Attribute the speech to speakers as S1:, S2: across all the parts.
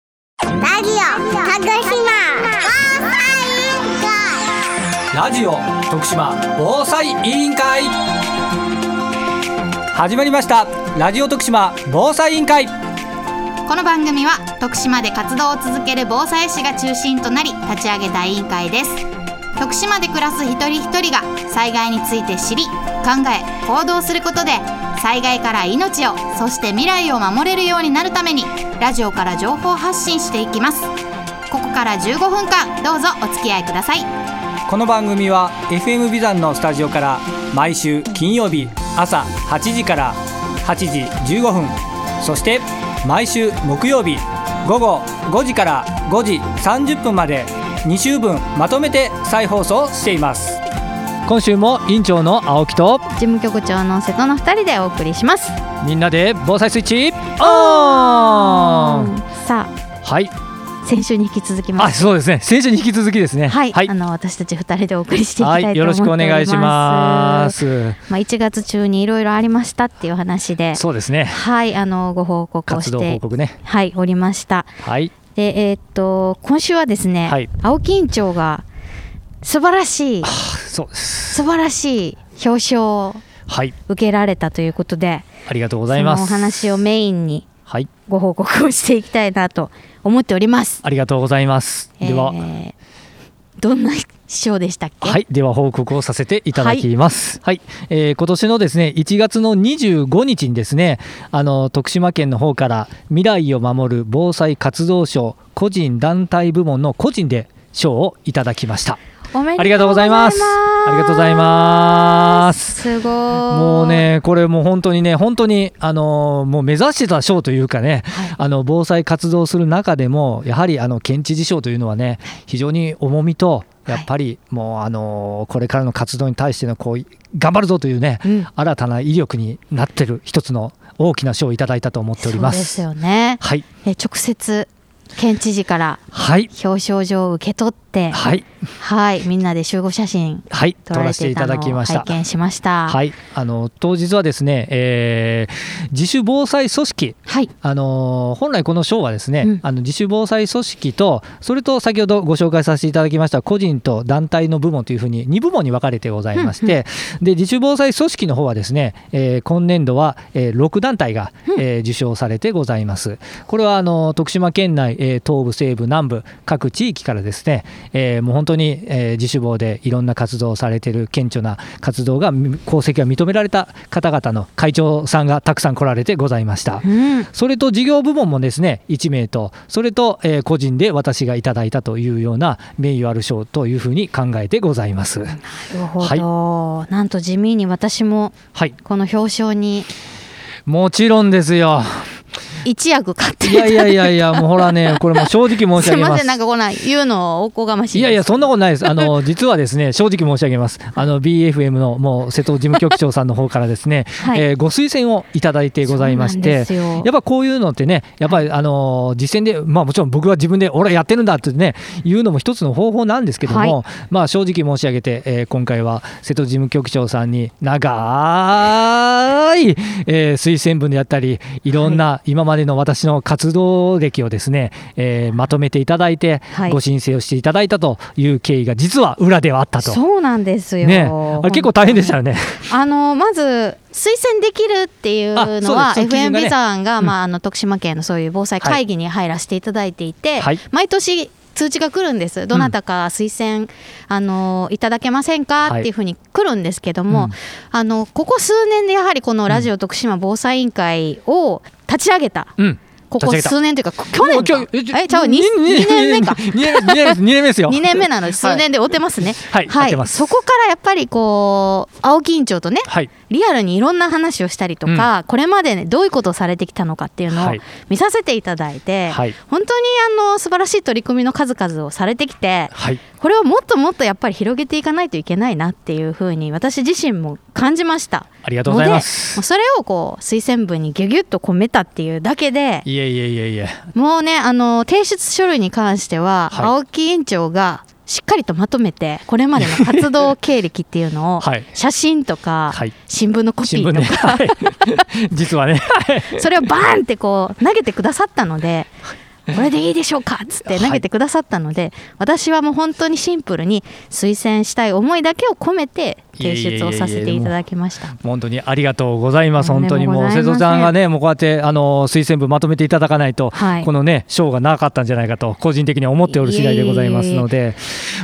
S1: ラジオ鹿児島防災
S2: ラジオ徳島防災委員会始まりましたラジオ徳島防災委員会
S3: この番組は徳島で活動を続ける防災士が中心となり立ち上げた委員会です徳島で暮らす一人一人が災害について知り考え行動することで災害から命をそして未来を守れるようになるためにラジオから情報発信していきますここから15分間どうぞお付き合いください
S2: この番組は FM ビザンのスタジオから毎週金曜日朝8時から8時15分そして毎週木曜日午後5時から5時30分まで2週分まとめて再放送しています今週も委員長の青木と
S3: 事務局長の瀬戸の2人でお送りします
S2: みんなで防災スイッチオン
S3: さ
S2: はい
S3: あ先週に引き続き
S2: あそうですね先週に引き続きですね
S3: はい、
S2: はい
S3: あの私たち二人でお送りしていきた
S2: はい
S3: と思ってお
S2: い
S3: ります。
S2: よろしくお願いしま。す
S3: まあ1月中にいろいろありましたっていう話で、
S2: そうですね
S3: はいあのご報告を
S2: 活
S3: し
S2: 動報
S3: て
S2: 告ね
S3: はいおりました。
S2: はい
S3: でえーっと今週はですね、
S2: はい
S3: 青木院長が素晴らしい
S2: そうです
S3: 素晴らしい表彰を
S2: はい
S3: 受けられたということで、
S2: ありがとうご
S3: ご
S2: ざいます
S3: そのお話をメインに
S2: はい
S3: ご報告をしていきたいなと思っております。
S2: ありがとうございますでは、
S3: えーどんな賞でしたっけ？
S2: はい、では報告をさせていただきます。はい、えー今年のですね、1月の25日にですね、あの徳島県の方から未来を守る防災活動賞個人団体部門の個人で賞をいただきました。
S3: おめでとう
S2: ありがとうございます。ありがとうございます。
S3: すごい。
S2: もう。ね、これもう本当にね、本当に、あのーもう目指してた賞というかね、あの防災活動する中でも、やはりあの県知事賞というのはね、非常に重みと、やっぱりもう、あのーこれからの活動に対してのこう頑張るぞというね、
S3: うん
S2: 新たな威力になってる一つの大きな賞をいただいたと思っておりま
S3: そう
S2: す。
S3: ですよね。
S2: はい、
S3: え直接県知事から
S2: はい、
S3: 表彰状を受け取って、はい、
S2: はい、
S3: みんなで集合写真
S2: はい、
S3: 撮
S2: 取
S3: ら
S2: ら
S3: れ
S2: せて
S3: て
S2: い
S3: た
S2: た
S3: の
S2: だき
S3: を
S2: ました
S3: 拝。見しました。
S2: はい、あの当日はですね、えー自主防災組織
S3: はい。
S2: あのー本来この賞はですね、
S3: うん
S2: あの自主防災組織とそれと先ほどご紹介させていただきました個人と団体の部門というふうに2部門に分かれてございまして、で自主防災組織の方はですね、えー今年度は、え6団体が、えー受賞されてございますこれはあのー徳島県内、えー東部西部南部各地域からですね、えーもう本当に、えー自主防でいろんな活動をされている顕著な活動が功績が認められた方々の会長さんがたくさん来られてございました。
S3: うん。
S2: それと事業部門もですね1名とそれと、えー個人で私がいただいたというような名誉ある賞というふうに考えてございます。
S3: なるほど、なんと地味に私も
S2: はい、
S3: この表彰に
S2: もちろんですよ。
S3: 一役買って
S2: いやいやいやいや、もうほらね、これもう正直申し
S3: す
S2: 上
S3: い
S2: げ
S3: ま
S2: ま
S3: せん
S2: す
S3: な。んかこんな言うのおこがましい
S2: いやいや、そんな
S3: こ
S2: ことないです。あ の、実はですね、正直申し上げます。あの、BFM の、もう、瀬戸事務局長さんの方からですね、
S3: はい
S2: えーご推薦をいただいてございまして、
S3: そうなんですよ
S2: やっぱこういうのってね、やっぱり、あの、実践で、まあ、もちろん僕は自分で、俺はやってるんだってね、言うのも一つの方法なんですけども、
S3: はい
S2: まあ、正直申し上げて、えー今回は、瀬戸事務局長さんに、長い、えー推薦文であったり、いろんな、今までの私の活動歴をですね、えーまとめていただいて、
S3: はい
S2: ご申請をしていただいたという経緯が実は裏ではあったと。
S3: そうなんですよ、
S2: ね、あれ結構大変でしたよね。
S3: あのまず推薦できるっていう
S2: あそうです
S3: のは
S2: そう基準
S3: FM
S2: がね
S3: ビザンが、
S2: うん
S3: まあ、あの徳島県のそういう防災会議に入らせていただいていて、
S2: はい
S3: 毎年通知が来るんですどなたか推薦、あのいただけませんか
S2: はい
S3: っていうふうに来るんですけども、
S2: うん
S3: あのここ数年でやはりこのラジオ徳島防災委員会を立ち上げた、
S2: うん。
S3: ここ
S2: 立ち上げた
S3: 数年というか去年
S2: もう
S3: か
S2: 今日
S3: えちゃう 2, 年目か
S2: 2年目です。2年目ですよ。
S3: 2年目なので
S2: は
S3: 数
S2: い
S3: 年で追ってますね。
S2: はい追ってます
S3: そこからやっぱりこう青木院長とね、
S2: はい。
S3: リアルにいろんな話をしたりとか、これまで、ね、どういうことをされてきたのかっていうのを
S2: はい
S3: 見させていただいて、
S2: はい
S3: 本当にあの素晴らしい取り組みの数々をされてき て
S2: はい。
S3: これをもっともっとやっぱり広げていかないといけないなっていうふうに私自身も感じました
S2: ありがとう
S3: の
S2: ご
S3: で
S2: ざい
S3: もう
S2: ます。
S3: それをこう推薦文にギュギュッと込めたっていうだけで
S2: いえいえいえいえ。
S3: もうねあの提出書類に関しては、
S2: はい
S3: 青木委員長がしっかりとまとめてこれまでの活動経歴っていうの を
S2: はい
S3: 写真とか
S2: はい
S3: 新聞のコピ
S2: 新
S3: ー
S2: 聞
S3: と
S2: ね。
S3: か、
S2: はい。実はね。はい
S3: それをバーンってこう投げてくださったのでこれでいいでしょうかっつって投げてくださったので、私はもう本当にシンプルに推薦したい思いだけを込めて提出をさせていただきました。
S2: 本当にありがとうございます、
S3: と
S2: 本
S3: んで
S2: 当
S3: も
S2: に
S3: ご
S2: も
S3: ざ
S2: う、
S3: いませ
S2: 瀬
S3: ん
S2: 戸さんがね、もうこうやってあの推薦部まとめていただかないと、
S3: はい
S2: このね、賞がなかったんじゃないかと、個人的には思っておる次第でございますので、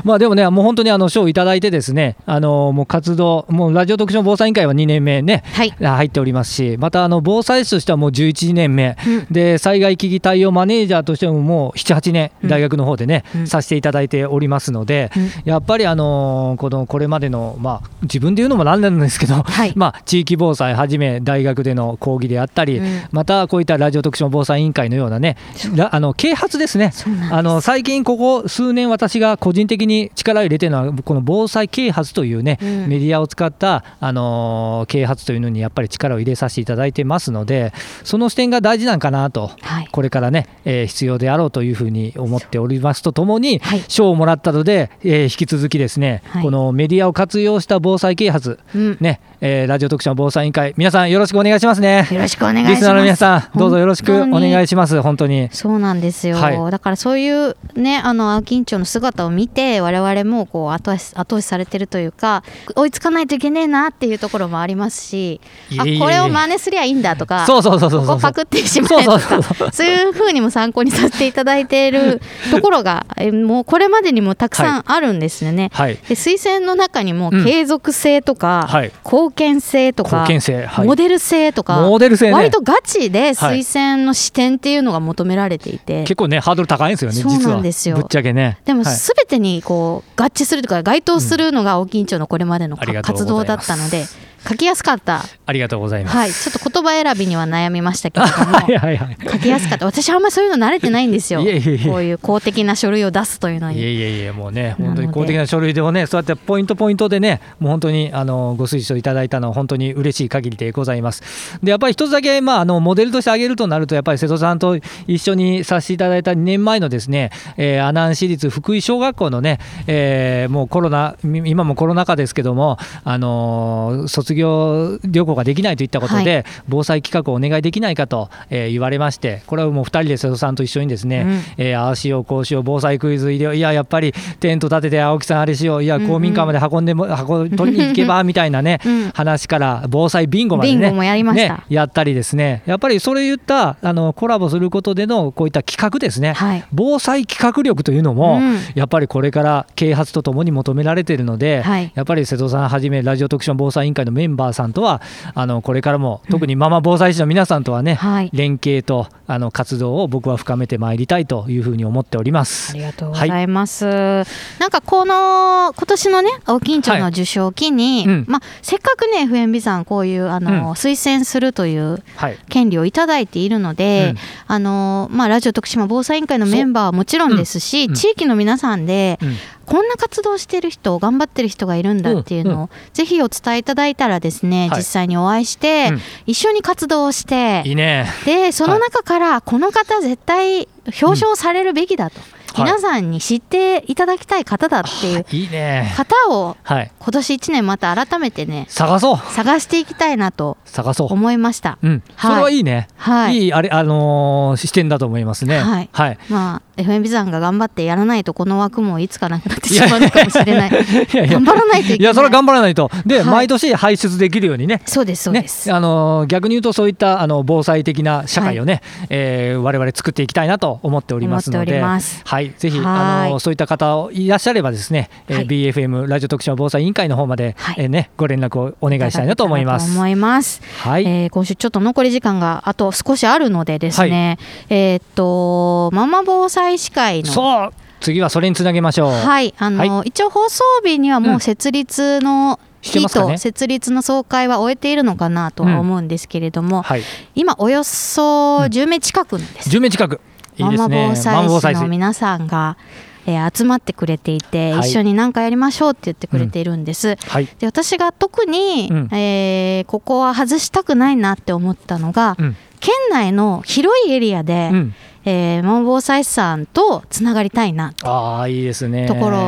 S2: まあでもね、もう本当にあの賞をいただいてですね、あのもう活動、もうラジオ特集防災委員会は2年目ね、
S3: はい
S2: 入っておりますし、またあの防災士としてはもう11年目、
S3: うん
S2: で災害危機対応マネージャーとしてももう7、8年、
S3: うん
S2: 大学の方でね、
S3: うん
S2: させていただいておりますので、
S3: うん
S2: やっぱりあのこのこれまでの、まあ、自分で言うのもなんなんですけど、
S3: はい
S2: まあ、地域防災はじめ大学での講義であったり、
S3: うん
S2: またこういったラジオ特集防災委員会のようなねらあの啓発ですね
S3: そうなんです
S2: あの最近ここ数年私が個人的に力を入れてるのはこの防災啓発というね、
S3: うん
S2: メディアを使った、あのー啓発というのにやっぱり力を入れさせていただいてますのでその視点が大事なんかなと。
S3: はい
S2: これからね、えー必要であろうというふうに思っておりますとともに
S3: はい
S2: 賞、をもらったので、えー引き続きですね、
S3: はい
S2: このメディアを活用した防災啓発、
S3: うん
S2: ねえーラジオ特集の防災委員会皆さんよろしくお願いしますね。
S3: よろしくお願いします。
S2: リスナーの皆さんどうぞよろしくお願い
S3: し
S2: します本当に。
S3: そうなんですよ、
S2: はい
S3: だからそういうねあの青木院長の姿を見て我々もこう後押し後押しされてるというか追いつかないといけねえなっていうところもありますし
S2: いえい
S3: あ
S2: えいえ
S3: これを真似すりゃいいんだとか
S2: そうそうそうそうそ
S3: こ
S2: う
S3: こパクってしまえと
S2: そ
S3: か
S2: うそうそうそう
S3: そういうふうにも参考にさせていただいて いるところがえもうこれまでにもたくさんあるんですよね。
S2: はい
S3: で推薦の中にも
S2: うん
S3: 継続性とか、
S2: はい
S3: 貢献性とか
S2: 貢献性はい
S3: モデル性とか
S2: モデル性ね
S3: 割とガチで推薦の視点っていうのが求められていて、
S2: 結構ねハードル高いんですよね実は
S3: そうなんですよ
S2: ぶっちゃけね。
S3: でも
S2: はい
S3: 全てにこう合致するとか該当するのが青木院長のこれまでの
S2: ありがとうご
S3: 活
S2: ざいま
S3: 動
S2: す
S3: だったので書きやすかった、
S2: ありがとうございます。
S3: はい、ちょっと言葉選びには悩みましたけれども
S2: はいはいはい。
S3: 書きやす かった私はあんまりそういうの慣れてないんですよ
S2: いえいえいえ
S3: こういう公的な書類を出すというの
S2: い
S3: に。
S2: えいえいえもうね
S3: な
S2: 本
S3: ので
S2: 当に公的な書類でもねそうやってポイントポイントでねもう本当にあのご推奨いただいたのは本当に嬉しい限りでございますでやっぱり一つだけまああのモデルとして挙げるとなるとやっぱり瀬戸さんと一緒にさせていただいた2年前のですね、えー阿南市立福井小学校のね、えーもうコロナみ今もコロナ禍ですけどもあのー卒業旅行ができないといったことで、
S3: は
S2: 防災企画をお願いできないかと、えー言われましてこれはもう2人で瀬戸さんと一緒にですね、
S3: うん
S2: えーああしようこうしよう防災クイズ医療いややっぱりテント立てて青木さんあれしよういや
S3: うんうん
S2: 公民館まで運んでも運取りに行け ばみたいなね、
S3: うん
S2: 話から防災ビンゴまで
S3: ビン
S2: ね
S3: ゴもやりました
S2: ねやったりですねやっぱりそれ言ったあのコラボすることでのこういった企画ですね、
S3: はい
S2: 防災企画力というのも、
S3: うん
S2: やっぱりこれから啓発とともに求められているので、
S3: はい
S2: やっぱり瀬戸さんはじめラジオ特集防災委員会のメンバーさんとはあのこれからも特にママ防災士の皆さんとはね、
S3: はい
S2: 連携とあの活動を僕は深めてまいりたいというふうに思っておりま
S3: あ
S2: す
S3: り。がとうご
S2: は
S3: ざいます。なんかこの今年のね青木院長の受賞を機に、
S2: はいうん
S3: まあせっかくね FMB さんこういうあの、
S2: うん
S3: 推薦するという
S2: はい、
S3: 権利をいただいているので、
S2: うん
S3: あのまあラジオ徳島防災委員会のメンバーはもちろんですし、
S2: そううん
S3: 地域の皆さんで、
S2: うん
S3: こんな活動してる人頑張ってる人がいるんだっていうのを、
S2: うんう
S3: ぜひお伝えいただいたらですね、
S2: はい
S3: 実際にお会いして、
S2: うん
S3: 一緒に活動をして
S2: いいね。
S3: でその中からこの方絶対表彰されるべきだと、
S2: うん
S3: 皆さんに知っていただきたい方だっていう
S2: いいね。
S3: 方を
S2: はい、
S3: 今年1年また改めてね
S2: 探そう、
S3: 探していきたいなと
S2: 探そう。
S3: 思いました。
S2: うん、
S3: はい
S2: それはいいね。、
S3: はいい
S2: いあれあのー視点だと思いますね。
S3: はい
S2: はい。
S3: まあ、FM さんが頑張ってやらないとこの枠もいつかなくなってしまうのかもしれない
S2: いやいや
S3: 頑張らないといけない
S2: いやそれは頑張らないと。で、
S3: はい
S2: 毎年排出できるようにね。
S3: そうですそう
S2: ね
S3: です、、
S2: あのー逆に言うとそういったあの防災的な社会をね、えー我々作っていきたいなと思っておりますの
S3: 思ってお
S2: で、
S3: ります
S2: はい、ぜひ
S3: はい
S2: あのーそういった方をいらっしゃればですね、えー
S3: はい
S2: BFM ラジオ徳島防災委員会の方まで、
S3: はい
S2: えーねご連絡をお願いしたいなと思いま
S3: ただ
S2: す。
S3: けたらと思います
S2: はい、
S3: えー今週ちょっと残り時間があと少しあるのでですね、えーっとママ防災士会の
S2: そう次はそれにつなげましょう。
S3: はい、あの、一応放送日にはもう設立の
S2: して
S3: 日
S2: ますか
S3: と、
S2: ね
S3: 設立の総会は終えているのかなとは思うんですけれども、
S2: はい、
S3: 今およそ10名近くです、
S2: 10名近くいいです
S3: ママ
S2: ね。
S3: 防災士
S2: 士
S3: の皆さんが、えー集まってくれていて、
S2: はい
S3: 一緒に何かやりましょうって言ってくれているんです。
S2: はい、
S3: で私が特に、
S2: うん
S3: えーここは外したくないなって思ったのが、
S2: うん
S3: 県内の広いエリアで、
S2: うん
S3: えー、マンボウサさんとつながりたいな
S2: ああいいですね
S3: ところ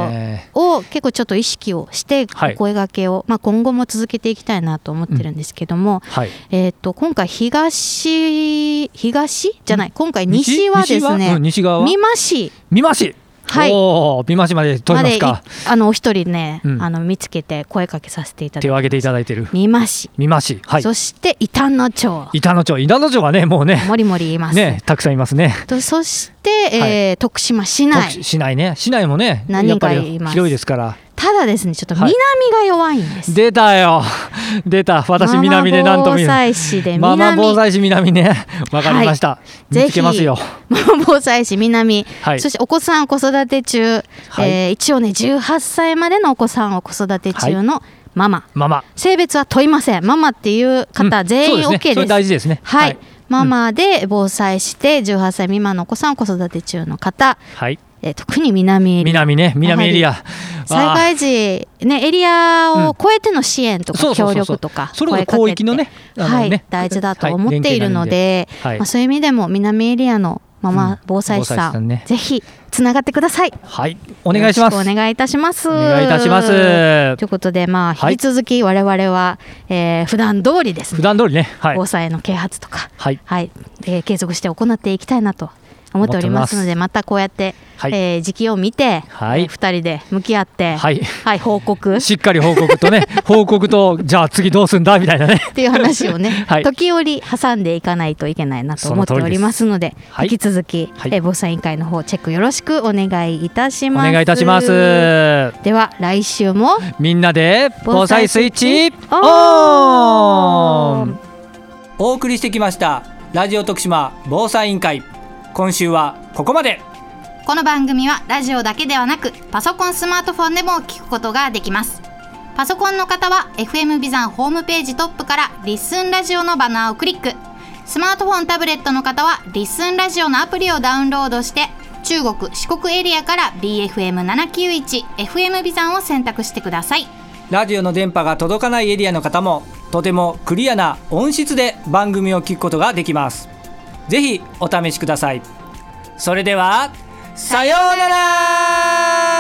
S3: を結構ちょっと意識をして
S2: はい
S3: お声がけを、まあ、今後も続けていきたいなと思ってるんですけども、
S2: はい
S3: えー、と今回東東じゃない今回西は
S2: 西
S3: ですね
S2: うん西側は
S3: 美馬市
S2: 美馬市
S3: はい
S2: おー美馬市まで通りま
S3: まですい
S2: か
S3: あのお一人ね、
S2: うん
S3: あの見つけて声かけさせていただ
S2: 手
S3: い
S2: を
S3: て
S2: 挙げていただいてる
S3: 美馬市、
S2: 美馬市はい
S3: そして板野町
S2: 板野町板野町はねもうね
S3: もりもりいます、
S2: ねたくさんいますね
S3: とそして、えー徳島市内
S2: 市内ね市内もね
S3: 何
S2: やっ
S3: 人
S2: ぱ
S3: か
S2: り
S3: います
S2: 広いですから
S3: ただですねちょっと
S2: はい
S3: 南が弱いんです、
S2: 出たよ 出た私南でなんと見る
S3: ママ防災市で
S2: ママ
S3: 南
S2: 防災士南ねわかりました、
S3: ぜ
S2: 見つ
S3: ひ
S2: けますよ
S3: ママ防災市南、
S2: はい
S3: そしてお子さん子育て中、
S2: はい
S3: えー一応ね18歳までのお子さんを子育て中のママ、
S2: ママ
S3: 性別は問いませんママっていう方
S2: うん
S3: 全員
S2: そう
S3: OK
S2: ね
S3: です,、
S2: それ大事ですね
S3: はい、ママで防災して18歳未満のお子さんを子育て中の方、
S2: はい
S3: えー特に南エリア
S2: 南ね南エリア
S3: 災
S2: あー
S3: 害時、ね、エリアを超えての広い支援と
S2: そ
S3: か
S2: うそうそうそ
S3: 協
S2: う
S3: 力とか
S2: それこそ
S3: 声かけて
S2: 広域のねあの
S3: はい
S2: ね
S3: 大事だと
S2: はい
S3: 思っている
S2: 連携な
S3: ので、
S2: んではい
S3: まあ、そういう意味でも南エリアのマ
S2: うん
S3: マ防災士さ
S2: 防
S3: ん,、
S2: 災士さんね
S3: ぜひつながってください。
S2: はいお願いします
S3: よろくお願いいたします。お
S2: 願いいたします
S3: ということで、まあ、
S2: はい
S3: 引き続き我々は、えー普段通りです
S2: 普
S3: ね、
S2: 段通りねはい
S3: 防災の啓発とか、
S2: はい
S3: はいえー継続して行っていきたいなと思っておりますの
S2: 思って
S3: で
S2: おり
S3: またこうやって、
S2: はい
S3: えー時期を見て、
S2: はい
S3: えー二人で向き合って、
S2: はい
S3: 報 告っ
S2: しっかり報告と ね報告とじゃあ次どうすんだみたいなね
S3: ていう話をね、
S2: はい
S3: 時折挟んでいかないといけないなと思って
S2: その
S3: お
S2: 通りです
S3: りますので
S2: はい
S3: 引き続き、
S2: はい
S3: えー防災委員会の方チェックよろしくお願いいたし
S2: お
S3: ます。
S2: 願いいたします
S3: では来週も
S2: みんなで防災スイッチオ
S3: オ
S2: ンお送りしてきましたラジオ徳島防災委員会今週はここまで
S4: この番組はラジオだけではなくパソコンスマートフォンでも聞くことができますパソコンの方は FM ビザンホームページトップから「リッスンラジオ」のバナーをクリックスマートフォンタブレットの方は「リッスンラジオ」のアプリをダウンロードして中国四国エリアから BFM791FM ビザンを選択してください
S5: ラジオの電波が届かないエリアの方もとてもクリアな音質で番組を聞くことができますぜひお試しくださいそれではさようなら